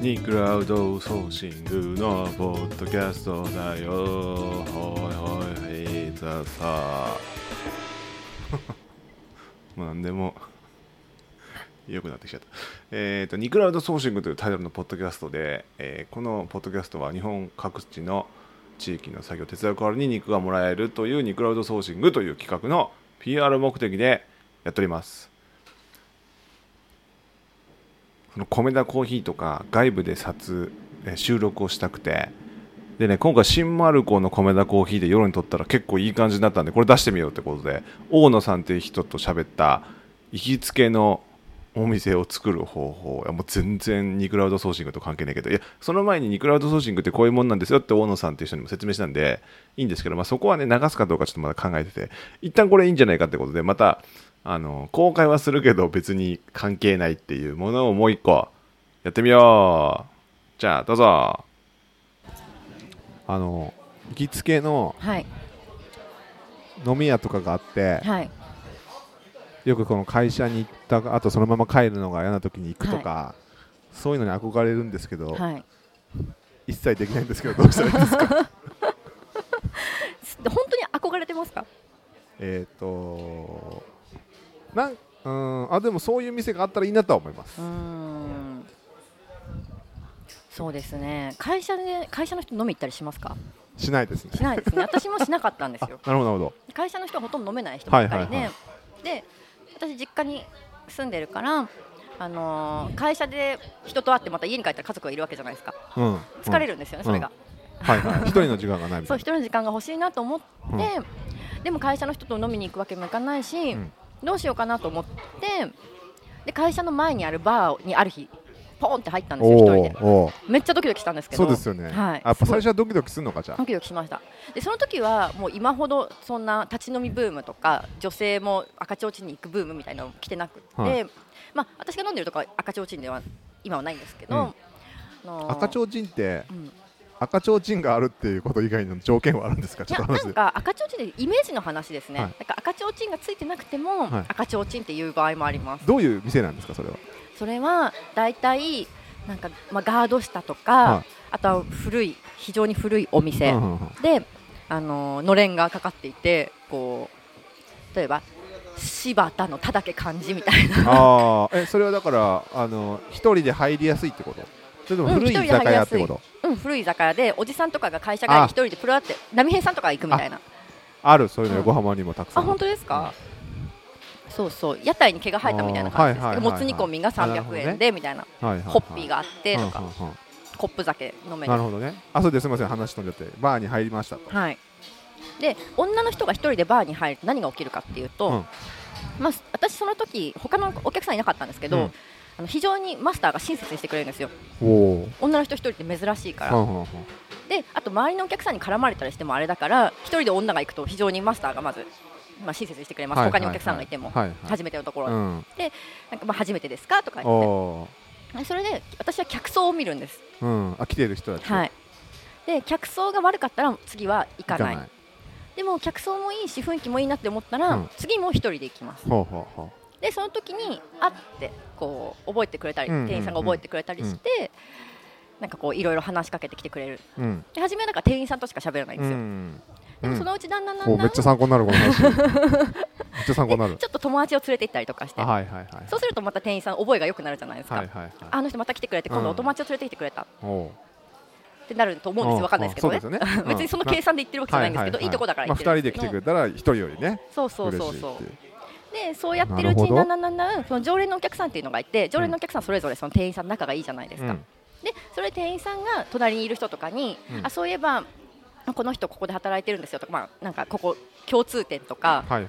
ニクラウドソーシングのポッドキャストだよ。ほいほいへいざさ。 もう何でも良くなってきちゃった。えっ、と、ニクラウドソーシングというタイトルのポッドキャストで、えーこのポッドキャストは日本各地の地域の作業を手伝う代わりに肉がもらえるというニクラウドソーシングという企画の PR 目的でやっております。その米田コーヒーとか外部で撮えー収録をしたくてでね今回新丸子の米田コーヒーで夜に撮ったら結構いい感じになったんでこれ出してみようってことで大野さんっていう人と喋った行きつけのお店を作る方法いやもう全然ニクラウドソーシングと関係ないけどいやその前にニクラウドソーシングってこういうもんなんですよって大野さんっていう人にも説明したんでいいんですけど、まあ、そこはね流すかどうかちょっとまだ考えてて一旦これいいんじゃないかってことでまたあの公開はするけど別に関係ないっていうものをもう一個やってみようじゃあどうぞあの行きつけのはい飲み屋とかがあってはいよくこの会社に行った後そのまま帰るのが嫌な時に行くとか、そういうのに憧れるんですけど、はい一切できないんですけどどうしたらいい ですかす本当に憧れてますかえっとなんうんあでもそういう店があったらいいなとは思います、うーんそうですね会社で会社の人飲み行ったりしますかしないですねしない ですね私もしなかったんですあよなるほどなるほど会社の人はほとんど飲めない人ばっかりで、はいはいで私実家に住んでるからあのー会社で人と会ってまた家に帰ったら家族がいるわけじゃないですかうん、疲れるんですよね、それが、うん、はいはい、一人の時間がないみそたうい一人の時間が欲しいなと思って、でも会社の人と飲みに行くわけもいかないし、んどうしようかなと思ってで会社の前にあるバーにある日ポーンって入ったんな。ですよ一人でーおーめっちゃドキドキしたんですけどそうですよね。はい、やっぱすご最い初はドキドキするのかじゃあド。キドキしましたでその時はもう今ほどそんな立ち飲みブームとか女性も赤ちょうちんに行くブームみたいなのも来てなくて、はいまあ、私が飲んでるとかは赤ちょうちんでは今はないんですけど、うんあのー赤ちょうちんってうん赤ちょうちんがあるっていうこと以外の条件はあるんですか。いちょっやとな話んで。か赤ちょうちんでイメージの話ですね、はいなんか赤ちょうちんがついてなくても、はい赤ちょうちんっていう場合もありますどういう店なんですかそれは。それはだいたいなんか、まあ、ガード下とか、はいあとは古い非常に古いお店、うんうんうんで、あのーのれんがかかっていてこう例えば柴田の「田」だけ漢字みたいな ああ、えそれはだからあの一人で入りやすいってこと。それともうん古い居酒屋ってこと。うん古い居酒屋でおじさんとかが会社帰りあ一人でプロって波平さんとかが行くみたいなあるそういうのうん横浜にもたくさあん。本当ですか、そうそう屋台に毛が生えたみたいな感じですけど、あーはいはいはいはいもつ煮込みがあなるほど300ね円でみたいなはいはいはい。ホッピーがあってとか、うんうんうんコップ酒飲めるなるほどね。あそれですみません話飛んじゃってバーに入りましたと。はい、で女の人が一人でバーに入ると何が起きるかっていうと、うんまあ、私その時他のお客さんいなかったんですけど、うんあの非常にマスターが親切にしてくれるんですよおお女の人一人って珍しいから、ー。であと周りのお客さんに絡まれたりしてもあれだから一人で女が行くと非常にマスターがまず、まあ、親切にしてくれます、他にお客さんがいても、はいはいはい。初めてのところ、うん。なんかまあ初めてですかとかお言っおてそれで私は客層を見るんです、ー。うん。あ来てる人たち。はい、で客層が悪かったら次は行かな行いかない。でも客層もいいし雰囲気もいいなって思ったら、うん次も一人で行きますほうほうほう。でその時にあってこう覚えてくれたり、うんうんうん店員さんが覚えてくれたりして、なんかこういろいろ話しかけてきてくれるうん。で初めはなんか店員さんとしか喋らないんですよ、ん。でもそのうちだんだんだおんめだっんちゃ参考になるこの 話。めっちゃ参考になるち。ょっと友達を連れて行ったりとかしてあはいはいはい。そうするとまた店員さん覚えが良くなるじゃないですか、はいはいはい。あの人また来てくれて今度お友達を連れてきてくれたっおうてなると思うんですよわかんないですけどねそうですよね。別にその計算で言ってるわけじゃないんですけど、いいとこだからま言あっ二てる人です来んけてどくれたら一人よりね。そうそう嬉しいそっうてそうでそうやってるなるうちほにどだんだんだんだんその常連のお客さんっていうのがいて常連のお客さんそれぞれその店員さん仲がいいじゃないですうか、んでそれで店員さんが隣にいる人とかに、うんあそういえばこの人ここで働いてるんですよとか、まあ、なんかここ共通点とかはいはい。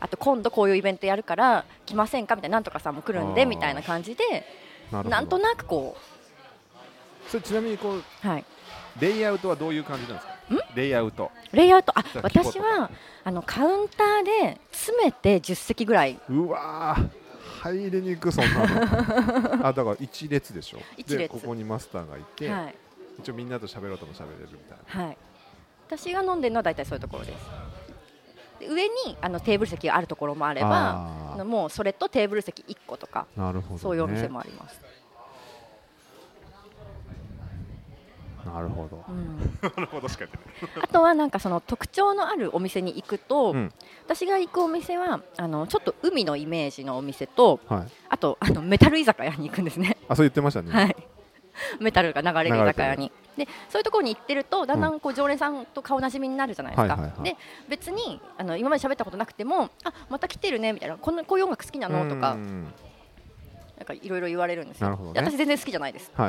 あと今度こういうイベントやるから来ませんかみたいななんとかさんも来るんあでーみたいな感じでなるほど。なんとなくこそれちなみにこうう、はい、レイアウトはどういう感じなんですか。レイアウト。レイアウトあじゃあ聞こう私はあのカウンターで詰めて10席ぐらいうわー。入りにくそんなの あだから一列でしょ一列でここにマスターがいて、はい一応みんなと喋ろうとも喋れるみたいなはい、私が飲んでるのは大体そういうところですで上にあのテーブル席があるところもあればああーのもうそれとテーブル席1個とかなるほど、ね、そういうお店もあります、なるほどうん、なるほ ど確かにねあとはなんかその特徴のあるお店に行くと、うん私が行くお店はあのちょっと海のイメージのお店とはいあとあのメタル居酒屋に行くんですねあそう言ってましたね、はい、メタルが流れる居酒屋に。でそういうところに行ってるとだんだんこう常連さんと顔なじみになるじゃないですか、はいはいはいで別にあの今まで喋ったことなくてもあまた来てるねみたいなこのこういう音楽好きなあのとかうんなんかいろいろ言われるんですよ、なるほどねで私全然好きじゃないです はい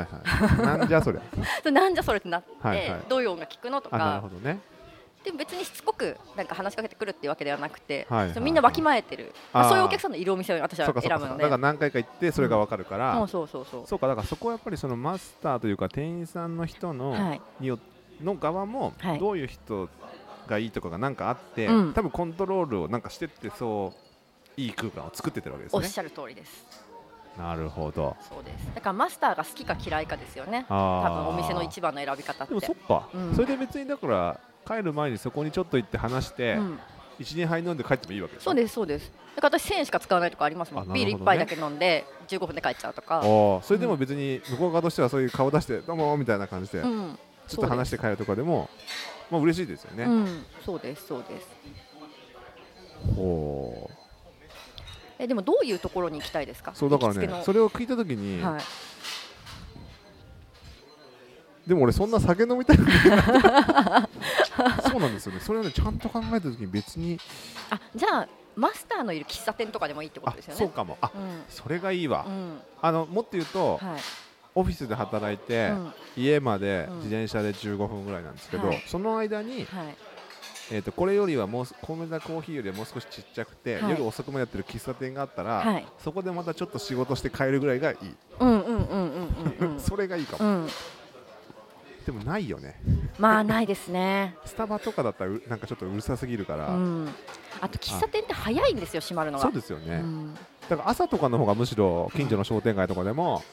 はいなんじゃそれそれなんじゃそれってなって、はいはいどういう音楽聴くのとあなるほかどねでも別にしつこくなんか話しかけてくるっていうわけではなくて、はいはいはいそうみんなわきまえてる、あーまあそういうお客さんのいるお店を私はそう選かそうかそぶうのかだからで何回か行ってそれが分かるから、もうそうそうそうそうかだからそこはやっぱりそのマスターというか店員さんの人の、はいによの側もはいどういう人がいいとかがなんかあって、うん多分コントロールをなんかしてってそういい空間を作ってってるわけですおっねしゃる通りですなるほどそうですだからマスターが好きか嫌いかですよねあー多分お店の一番の選び方でってもそっか、うんそれで別にだから帰る前にそこにちょっと行って話して、うん、 12杯飲んで帰ってもいいわけですそうですそうですだから私1000円しか使わないとかありますもあん、なるほビどねール1杯だけ飲んで15分で帰っちゃうとか、おーそれでも別に向こう側としてはそういう顔出してどうもみたいな感じで、うちょんっと話して帰るとかでもまあ嬉しいですようね、ん、そうですそうですおーえでもどういうところに行きたいですかそうだから行きつけねのそれを聞いた時に、はい、でも俺そんな酒飲みたいのにそうなんですよねそれをねちゃんと考えた時に別にあじゃあマスターのいる喫茶店とかでもいいってこあとですよねそうかもあうんそれがいいわ、うんあのもっと言うと、はいオフィスで働いて、うんは家までうん自転車で15分ぐらいなんですけど、はいその間に、いえー、とこれよりはもう米田コーヒーよりはもう少しちっちゃくて、はい夜遅くまでやってる喫茶店があったら、はいそこでまたちょっと仕事して帰るぐらいがいい、うんうんうんうんうんそれがいいかうも、ん、うん、でもないよねまあないですねスタバとかだったらうなんかちょっとうるさすぎるから、うんあと喫茶店って早いんですよ閉まるのがそうですよね、うんだから朝とかの方がむしろ近所の商店街とかでも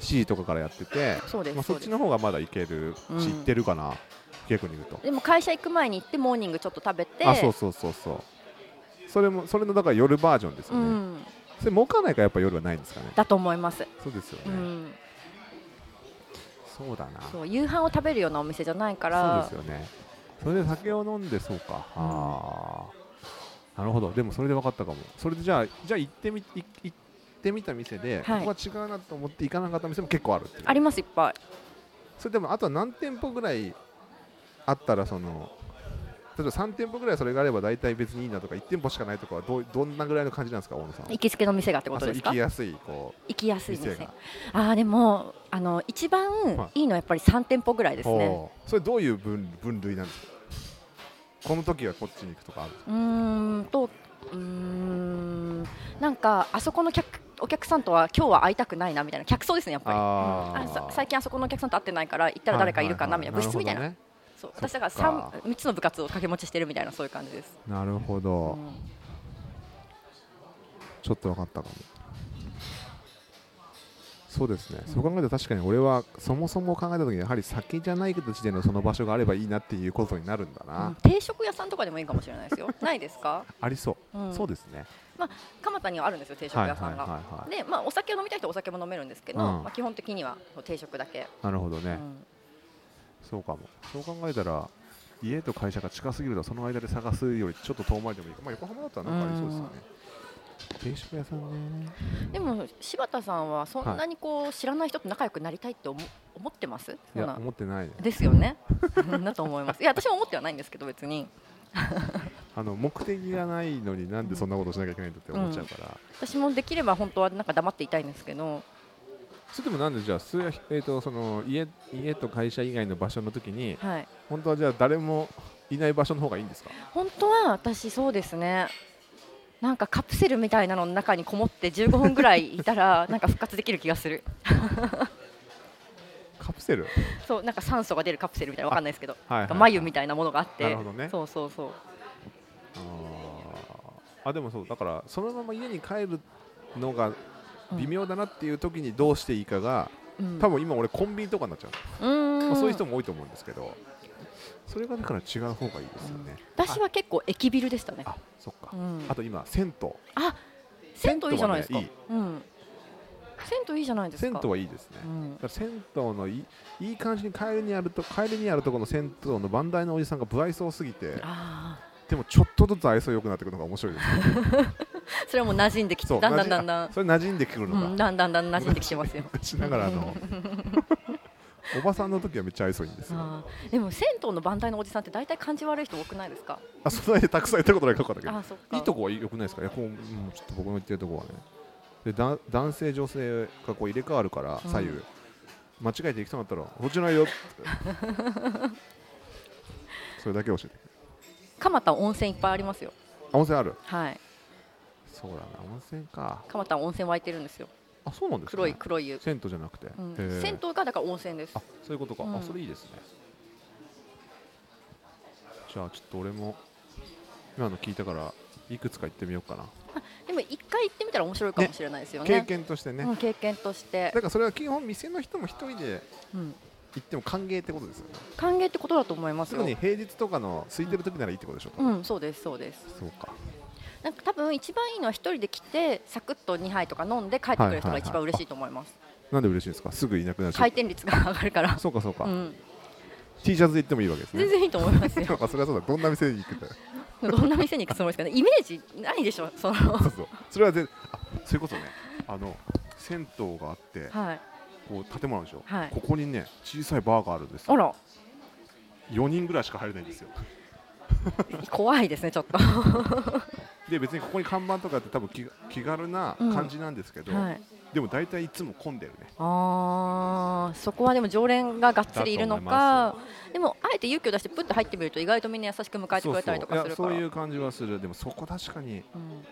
C とかからやってて、そうですまあ、そっそうでちすの方がまだいけるうんし、行ってるかな、逆に言うと。でも会社行く前に行ってモーニングちょっと食べてあ、そうそうそうそう。それもそれのだから夜バージョンですようね。ん、それ儲かんないからやっぱ夜はないんですかね。だと思います、そうですようね。ん、そうだな。そう夕飯を食べるようなお店じゃないからそうですよね。それで酒を飲んでそうか。ああ、なるほど。でもそれで分かったかも。それでじゃあじゃあ行ってみ行行ってみた店で、はいここは違うなと思って行かなかった店も結構あるっていう。ありますいっぱいそれでもあとは何店舗ぐらいあったらその例えば3店舗ぐらいそれがあれば大体別にいいなとか1店舗しかないとかはどうどんなぐらいの感じなんですか大野さんは行きつけの店がってことですあかそう行きやすいこう行きやすい店店があーでもあの一番いいのはやっぱり3店舗ぐらいですねほうそれどういう分分類なんですかこの時はこっちに行くとかあるうーんとうーんなんかあそこの客お客さんとは今日は会いたくないなみたいな客層ですねやっぱりあうんあさ最近あそこのお客さんと会ってないから行ったら誰かいるかなみたいな部室みたいな,、なるそそうっか私だから 3, 3つの部活を掛け持ちしてるみたいなそういう感じです、ほどねなるほど、うんちょっと分かったかもそうですね、そう考えると確かに俺はそもそも考えた時にやはり酒じゃない形でのその場所があればいいなっていうことになるんだな、うん定食屋さんとかでもいいかもしれない ですよないですかありそううんそうですね。蒲田にはあるんですよ定食はいは屋いさんが、はいはい。でまあ、お酒を飲みたい人はお酒も飲めるんですけど、うんまあ、基本的には定食だけ、なるほどうね。んそうかも。そう考えたら家と会社が近すぎるとその間で探すよりちょっと遠回りでもいいか。まあ横浜だったらなんかありそうですよね。定食屋さんね。でも柴田さんはそんなにこう、知らない人と仲良くなりたいって思思ってますいそんやな思ってないね。ですよね だと思いますいや私も思ってはないんですけど別にあの目的がないのになんでそんなことしなきゃいけないんだって思っちゃうから。私もできれば本当はなんか黙っていたいんですけどそれでもなんでじゃあすえっ、とその家家と会社以外の場所の時にはい本当はじゃあ誰もいない場所の方がいいんですか。本当は私そうですねなんかカプセルみたいなのの中にこもって15分ぐらいいたらなんか復活できる気がするカプセル。そうなんか酸素が出るカプセルみたいなわかんないですけど、はい、なんか眉みたいなものがあってなるほどねそうそうそうあーあでもそうだからそのまま家に帰るのが微妙だなっていう時にどうしていいかが、うん多分今俺コンビニとかになっちゃう、うーんまあそういう人も多いと思うんですけどそれがだから違う方がいいですよね、私は結構駅ビルでしたねああそっか、うんあと今銭湯あ銭湯いいじゃないですか、銭湯はねうん銭湯いいじゃないですか銭湯はいいですね、うんだから銭湯のいいいい感じに帰りにあると帰りにあるとこの銭湯の番台のおじさんが不愛想すぎてあでもちょっとずつ愛想良くなってくるのが面白い ですねあそれはもう馴染んできそてうだんだんだんだ馴染 んそれ馴染んでくるのが、うん、だんだんだん馴染んできてますよしながらあ のおばさんの時はめっちゃ愛想いいんですよああーでも銭湯の番台のおじさんって大体感じ悪い人多くないですかそんなにたくさん行ったことないかったけどあーそっかいいとこは良くないですかいやこう、うん、ちょっと僕の言ってるとこはねでだ男性女性がこう入れ替わるからうん左右、間違えていきそうになったらこっち ないよってそれだけ教えて蒲田温泉いっぱいありますよあ温泉あるはいそうだな温泉か蒲田温泉湧いてるんですよあそうなんですか、黒い黒い湯、銭湯じゃなくて、うんへー銭湯がだから温泉ですあそういうことか、うんあそれいいですねじゃあちょっと俺も今の聞いたからいくつか行ってみようかな、でも一回行ってみたら面白いかもしれないですよね経験としてね、うん、経験としてだ、からそれは基本店の人も一人でうん、行っても歓迎ってことですよね歓迎ってことだと思います特よに平日とかの空いてる時ならいいってことでしょうか、うんそうですそうですそうかなんか多分一番いいのは一人で来てサクッと2杯とか飲んで帰ってくる人が一番嬉しいと思います、なんで嬉しいんですかすぐいなくなるし、回転率が上がるから、そうかそうか、うん T シャツで行ってもいいわけですね全然いいと思います よあそれはそうだどんな店に行くか どんな店に行くつもりですかねイメージないでしょそ のそうそうそれは全あそういうことねあの銭湯があってはいこう建物あるでしょ、はいここにね小さいバーがあるんですよあら4人ぐらいしか入れないんですよ怖いですねちょっとで別にここに看板とかって多分気気軽な感じなんですけど、はいでも大体いつも混んでるねあーそこはでも常連ががっつりいるのだとかでもあえて勇気を出してプッと入ってみると意外とみんな優しく迎えてくれたりとかするそかうそういやそうらいう感じはするでもそこ確かにうん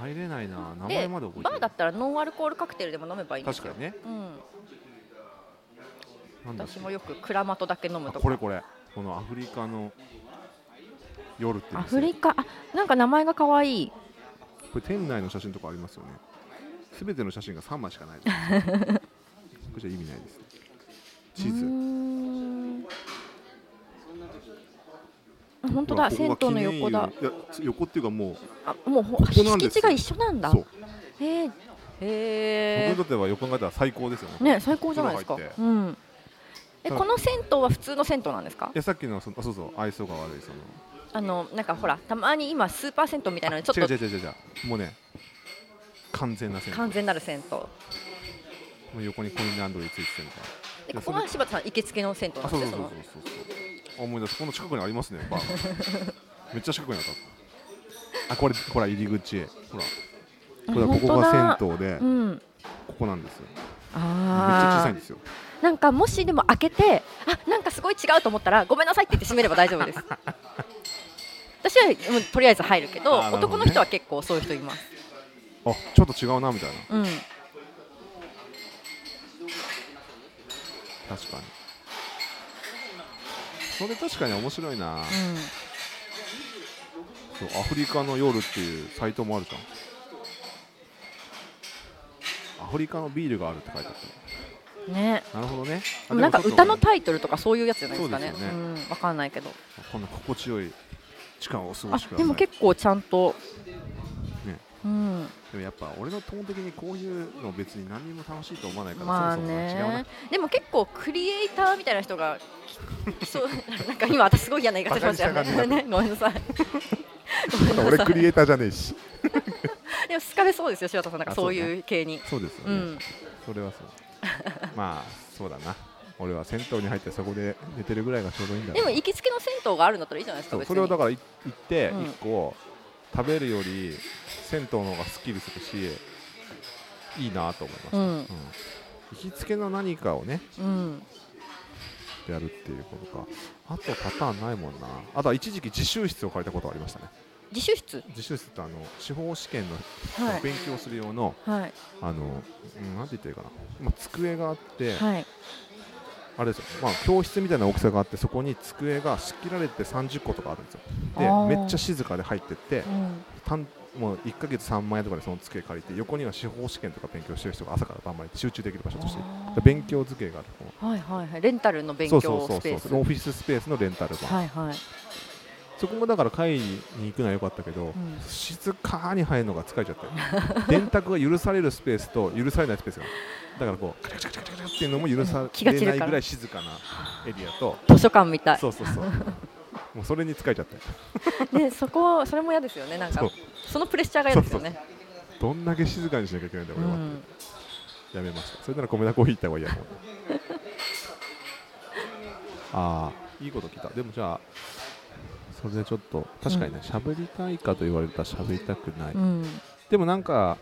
入れないな名前でまで覚えてバなーいだったらノンアルコールカクテルでも飲めばいいんです確よかにねうん、なんだっけ私もよくクラマトだけ飲むあとこれかこれこのアフリカの夜っていうア店フリカあなんか名前が可愛いこれ店内の写真とかありますよねすべての写真が3枚しかないですこれじゃ意味ないですね地図うーんあ本当ほらだここ銭が湯の横だ記念湯いやつ横っていうかもうあもうほこなんです敷地が一緒なんだそうへえ僕へにとっては横考えたら最高ですよえね最高じゃないですか風呂入ってうんえただこの銭湯は普通の銭湯なんですかいやさっきのそのあそうそう愛想が悪いそのあのなんかほらたまに今スーパー銭湯みたいなのでちょっ違うと違う違う違う違うもうね完全な線完全なる銭湯もう横にコインランドリーついてるからでここが柴田さん行きつけの銭湯なあんそでうすそうよそうそそうそうのそうあ思い出すこの近くにありますねバー がめっちゃ近くにあったあこれほら入り口ほらこれあここが本銭湯で当だうんここなんですよめっちゃ小あさいあんですよなんかもしでも開けてあなんかすごい違うと思ったらごめんなさいって言って閉めれば大丈 夫です私はもうとりあえず入るけどあーなるほどね男の人は結構そういう人います、あちょっと違うなみたいうん、な確かにそれ確かに面白いな、そうアフリカの夜っていうサイトもあるじゃんアフリカのビールがあるって書いてあっうん、ねたなるほどねあなんかでも歌の外タイトルとかそういうやつじゃないですかねそうですよねうん、わかんないけどこんな心地よい時間をお過ごあしくださいでも結構ちゃんと、ねうん、でもやっぱ俺のトーン的にこういうの別に何にも楽しいと思わないから、まあそもそも違うなねでも結構クリエイターみたいな人が そうなんか今私すごい嫌な言い方しましたバカにしたよ感じ ねごめん なさいごめん俺なさクいリエイターじゃねえしでも好かれそうですよ柴田さんなんかあそうそうねいう系にそうですようね、んそれはそうまあそうだな俺は銭湯に入ってそこで寝てるぐらいがちょうどいいんだなでも行きつけの銭湯があるんだったらいいじゃないですかそう別そにれをだからい行ってうん1個食べるより銭湯の方がすっきりするしいいなと思いました、ううんん行きつけの何かをねうんやるっていうことかあとパターンないもんなあとは一時期自習室を借りたことありましたね自習室自習室ってあの司法試験のはい勉強する用の、はいあのうんなんて言ったらいいかな、まあ、机があって、はいあれですよ、まあ、教室みたいな大きさがあってそこに机が仕切られて30個とかあるんですよであーめっちゃ静かで入ってってうん単もう1ヶ月3万円とかでその机借りて横には司法試験とか勉強してる人が朝から晩まで集中できる場所としてあーで勉強机があるこうはいはいはいレンタルの勉そう強そうスペそうースそうオフィススペースのレンタル版、はいはいそこもだから会に行くのは良かったけど、ん静かに入るのが疲れちゃったよ 電卓が許されるスペースと許されないスペースがだからこうカチャカチャカチャカチャカチャっていうのも許さ気が散れるかならいぐらい静かなエリアと図書館みたいそうそうそうもうそれに疲れちゃっ たよねそこそれも嫌ですよねなんかそうそのプレッシャーが嫌ですよねどんだけ静かにしなきゃいけないんだ俺は、うんやめましたそれなら米田コーヒー行った方がいい やと思ってああいいこと聞いたでもじゃあそれでちょっと確かにね喋、りたいかと言われたら喋りたくない、うんでもなんか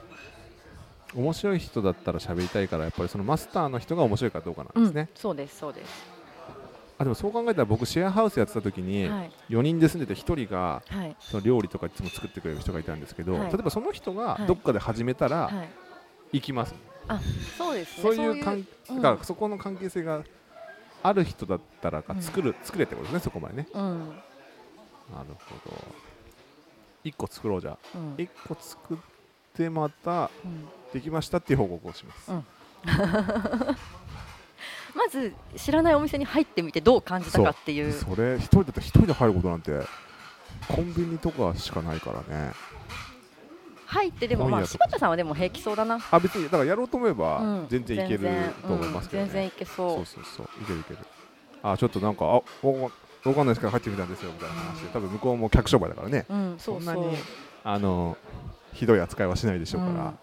面白い人だったら喋りたいからやっぱりそのマスターの人が面白いかどうかなうんでんすね、そうですそうですあでもそう考えたら僕シェアハウスやってた時にはい4人で住んでて1人がはいその料理とかいつも作ってくれる人がいたんですけど、はい例えばその人がはいどっかで始めたらはい行きます、あそうですねそういう関そういううんだからそこの関係性がある人だったらがうん作る、作れってことですねそこまでねうんなるほど1個作ろうじゃあうん1個作ってまたうんできましたっていう報告をします、うんまず知らないお店に入ってみてどう感じたかっていうそれ一人だったら一人で入ることなんてコンビニとかしかないからね入ってでもま本あ屋と柴か田さんはでも平気そうだなあ別にだからやろうと思えばうん全然いけると思いますけどね、全然うん全然いけそそううそうそういけるいけるあちょっとなんかあわわわかんないですけど入ってみたんですよみたいな話で多分向こうも客商売だからねうんそうそそんなうにあのひどい扱いはしないでしょうから、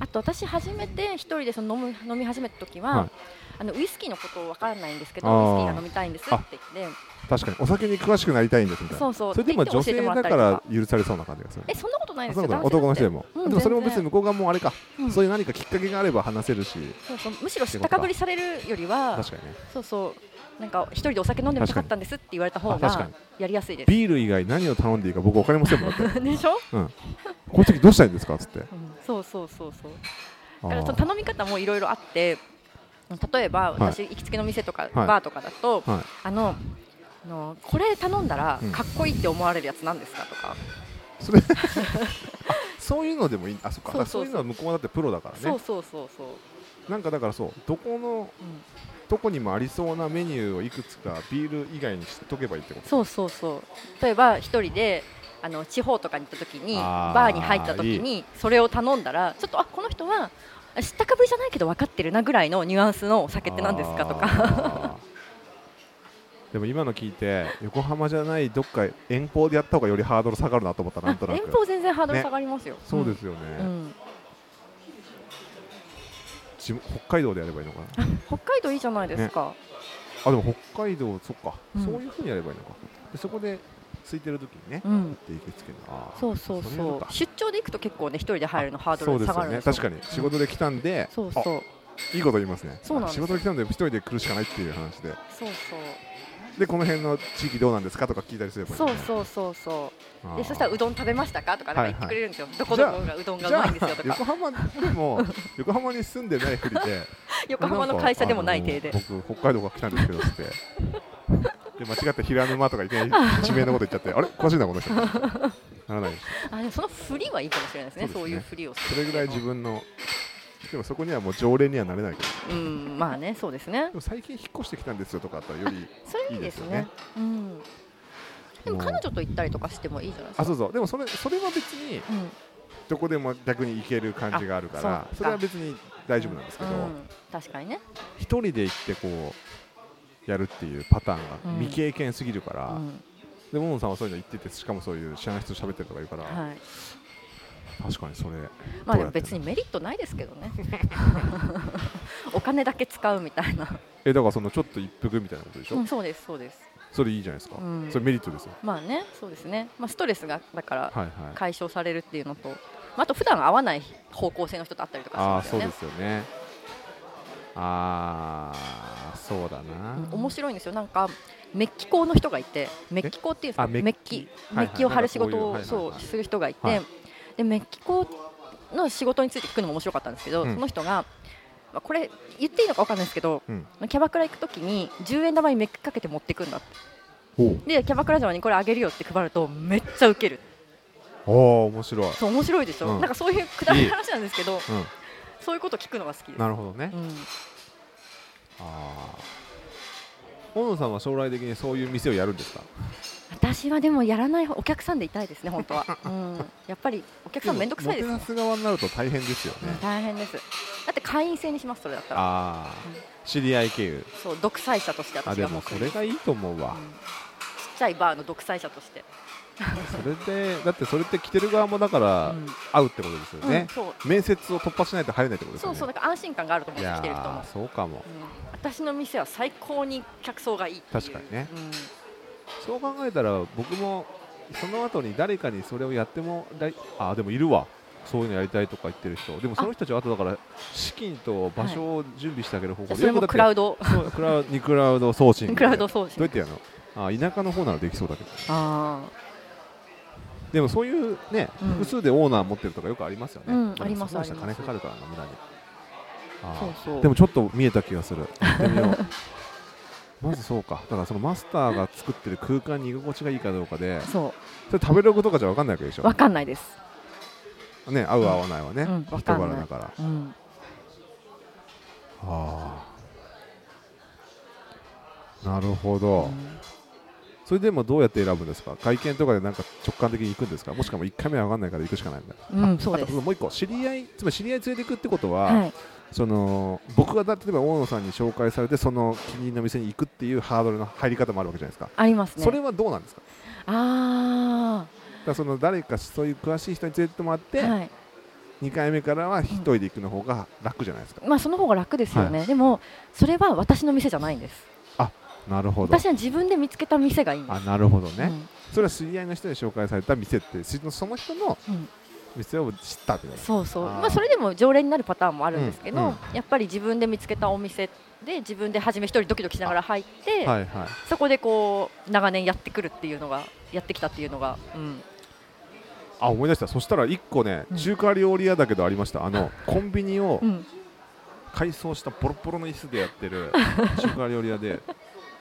あと私初めて一人でその飲む飲み始めた時は、はいあのウイスキーのことをわからないんですけどあーウイスキーが飲みたいんですって言って確かにお酒に詳しくなりたいんですみたいなそうそうそれでもって女言って教え性てもらだったかりとから許されそうな感じがするえそんなことないあでそすうよな男の性だって男の人でも、うんあでもそれも全別然に向こう側もあれか、うんそういう何かきっかけがあれば話せるしそうそうむしろ知ったかぶりされるよりは確かにねそうそうなんか一人でお酒飲んでみたかったんですって言われた方確かがにやりやすいですビール以外何を頼んでいいか僕分かりませんもんだって でしょ、この時どうしたらいいんですかっつってうん、そうそうそうそうあだからそのー頼み方もいろいろあって例えば私、行きつけの店とか、バーとかだと、はいあのあのこれ頼んだらうんかっこいいって思われるやつなんですかとか、それあ そういうのでもいいあそっかそうそだからそううそういうのは向こうはだってプロだからそねうそうそうそう、なんかだからそうどこのうん、どこにもありそうなメニューをいくつかビール以外にしとけばいいってことそうそうそう例えば一人であの地方とかに行った時にあーバーに入った時にそれを頼んだらちょっとあこの人はあ知ったかぶりじゃないけど分かってるなぐらいのニュアンスのお酒って何ですかとかかでも今の聞いて横浜じゃないどっか遠方でやった方がよりハードル下がるなと思ったあなんとな 遠く方全然ハードル下がりますよ、そうですよね、うん、うん地元北海道でやればいいのかなあ北海道いいじゃないですか、あでも北海道そっか、うんそういうふうにやればいいのかでそこで空いてる時にねう、んで行きつけるあーそうそうれやるそうか出張で行くと結構ね一人で入るのハードそうでルす下がよるんでねすよ確かに仕事で来たんで、そうそうそうあいいこと言いますねそうなんです仕事で来たんで一人で来るしかないっていう話でそうでこの辺の地域どうなんですかとか聞いたりすればいいそうねそうそうそあうーでそしたらうどん食べましたかとかなんか言ってくれるんですよ、どこどこがうどんがうじゃまいあんですよとか横浜でも横浜に住んでないふりで 横浜の会社でもない体であの僕北海道から来たんですけどっつってで間違って平沼とかいきなり地名のこと言っちゃってあれ詳しいなこの人ならないですあでもその振りはいいかもしれないですね、そそですねうういう振りをすそるれぐらい自分のでもそこにはもう常連にはなれないけどうん、まあね、そうですねで。も最近引っ越してきたんですよとかあったらよりそれいいですね。うん。でももう彼女と行ったりとかしてもいいじゃないですか。あそうそうでもそれそれは別にうん、どこでも逆に行ける感じがあるからあそうかそれは別に大丈夫なんですけどうん確かにね。一、人で行ってこうやるっていうパターンがうん未経験すぎるかうら、ん、でモモンさんはそういうの言っててしかもそういう知らない人と喋ってるとか言うから、はい。確かにそれどまあでうやもって別にメリットないですけ どね。お金だけ使うみたいな。えだからそのちょっと一服みたいなことでしょ、うん、そうですそうです。それいいじゃないですか、うんそれメリットですよまあね、そうですね。まあストレスがだからはいはい解消されるっていうのと、まああと普段会わない方向性の人と会ったりとかしああまーすそようでね。すよねああそうだな、うん面白いんですよなんかメッキ工の人がいてメッキ工っていうんですあかメメッッキキはいはいメッキを貼る仕事なんをかこういうはいはいそはいうする人がいはていでメッキ工の仕事について聞くのも面白かったんですけどうそんの人がまあこれ言っていいのか分かんないですけどうんキャバクラ行くときに10円玉にメッキかけて持ってくんだっておうでキャバクラ嬢にこれあげるよって配るとめっちゃウケるああ面白い、そう面白いでしうょんなんかそういうくだらない話なんですけどうそういうこと聞くのが好きでん、すなるほどね、うんああ小野さんは将来的にそういう店をやるんですか私私はでもやらない方お客さんでいたいですね 本当は、うん、やっぱりお客さん面倒くさいですもねてなす側になると大変ですよね、うん大変ですだって会員制にしますそれだったらああ知り合い経由そう独裁者としてあ私でがもうそれがいいと思うわ、うんちっちゃいバーの独裁者として、それでだってそれって着てる側もだからうん会うってことですよねうん、そう面接を突破しないと入れないってことですそようねそうなんか安心感があるとい思ってや来てる人もー、そうかもうん私の店は最高に客層がいいっていう確かにねうんそう考えたら僕もその後に誰かにそれをやってもらいあーでもいるわそういうのやりたいとか言ってる人でもその人たちはあとだから資金と場所を準備してあげる方じ法ゃあそれもクラウ ドそうクラウニクラウド送信クラウドど送うや信ってやるのあー田舎の方ならできそうだけどあでもそういうね、うん複数でオーナー持ってるとかよくありますよね、うんでもありますその人ありま金すかかるからな無駄にああーそうそうでもちょっと見えた気がするやってみ ようまずそうかだからそのマスターが作ってる空間に居心地がいいかどうかでそそれ食べログとかじゃ分かんないわけでしうょわかんないです、ね合う合わないはね、うん人わかんない柄だからうん、あーなるほど、それでもどうやって選ぶんですか会見とかでなんか直感的に行くんですかもしかも1回目は分かんないから行くしかないんだうんうんそうあでとすもう一個知り合いつまり知り合い連れて行くってことは、はいその僕がだ例えば大野さんに紹介されてその気に入りの店に行くっていうハードルの入り方もあるわけじゃないですか、ありますねそれはどうなんですかだあからその誰かそういう詳しい人に連れてってもらって、あはい2回目からは一人で行くの方が楽じゃないですか、まあその方が楽ですよね、でもそれは私の店じゃないんですなるほど私は自分で見つけた店がいいんであすなるほどね、うんそれは知り合いの人に紹介された店ってしその人のうん店を知ったってことですそうそうあーまあ、それでも常連になるパターンもあるんですけど、うんうんやっぱり自分で見つけたお店で自分で初め一人ドキドキしながら入って、はいはいそこでこう長年やってくるっていうのがやってきたっていうのが、うん、あ思い出したそしたら1個ね、うん中華料理屋だけどありましたあのコンビニをうん、改装したボロボロの椅子でやって る中華料理屋で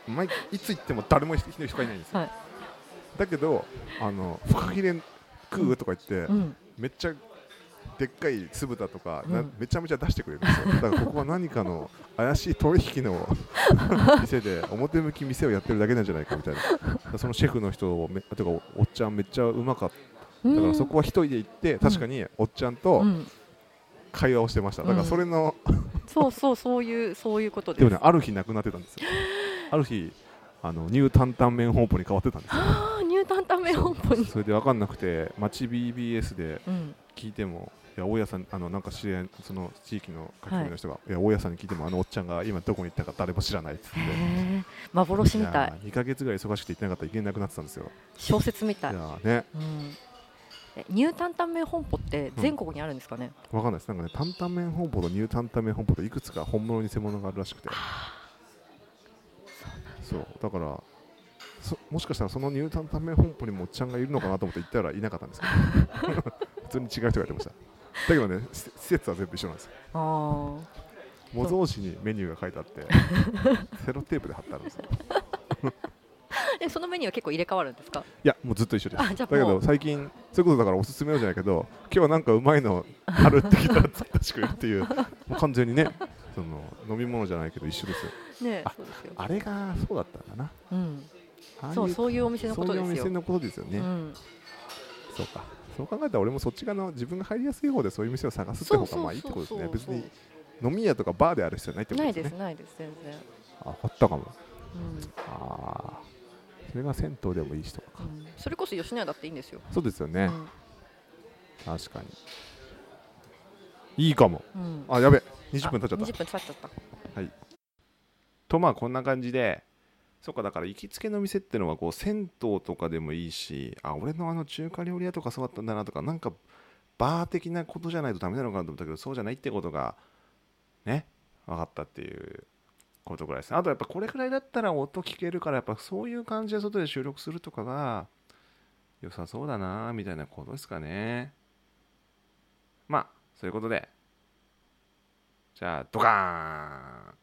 毎いつ行っても誰も一人しかいないんですよ、はいだけどあのフカヒレ食うとか言って、うん、めっちゃでっかい酢豚とか、うんなめちゃめちゃ出してくれるんですよ だからここは何かの怪しい取引の店で表向き店をやってるだけなんじゃないかみたいなだからそのシェフの人をめてかおおっちゃんめっちゃうまかっただからそこは一人で行って確かにおっちゃんとうん、会話をしてましただからそれの、そうそうそういうそういうことででもす。ねある日なくなってたんですよある日あのニュータンタンメン本舗に変わってたん ですよあーニュータンタンメン本舗に、それで分かんなくて町 BBS でうん、聞いても、いや大家さん、あのなんか知り合い、その地域の書き込みの人が、い、や大家さんに聞いても、あのおっちゃんが今どこに行ったか誰も知らないっ つって言って。へー幻みたい2ヶ月ぐらい忙しくて行ってなかったら行けなくなってたんですよ。小説みたいい、やね、うん、えニュータンタンメン本舗って全国にあるんですかね、わかんないです。なんかね、担々麺本舗とニュー担々麺本舗といくつか本物に偽物があるらしくて。そう、だから、そもしかしたらそのニュー担々麺本舗にもおっちゃんがいるのかなと思って行ったらいなかったんですけ ど、普通に違う人がやってました。だけどね、施施設は全部一緒なんですよあー模造紙にメニューが書いてあ って、セロテープで貼ってあるんですよ。えそのメニューは結構入れ替わるんですかいや、もうずっと一緒です。あじだゃあけもどう最近、そういうことだからおすすめよじゃないけど、今日はなんかうまいのあるって聞いたら突っ出してくれるって いう、もう完全にね、その飲み物じゃないけど一緒ですよ。ねあそうですよ、あれがそうだったんだな。うん、ああいそうそういうお店のこそうといでうすおよ店のことですよね。うん、そうか。そう考えたら俺もそっち側の自分が入りやすい方でそういう店を探すって方がまあいいってことですね。そう別そうそうそうに飲み屋とかバーである必要ないってことないですね。ですないです全然、あ、あったかも。うんああ、それが銭湯でもいい人か。うん、それこそ吉野家だっていいんですよ、そうですようね。ん確かに。いいかも。うん、あ、やべ。20分経っちゃ20った分。経っちゃったとまあこんな感じでそっかだから行きつけの店ってのはこう銭湯とかでもいいしあ俺のあの中華料理屋とかそうだったんだなとかなんかバー的なことじゃないとダメなのかなと思ったけどそうじゃないってことがね分かったっていうことぐらいですねあとやっぱこれくらいだったら音聞けるからやっぱそういう感じで外で収録するとかが良さそうだなみたいなことですかねまあそういうことでじゃあドカーン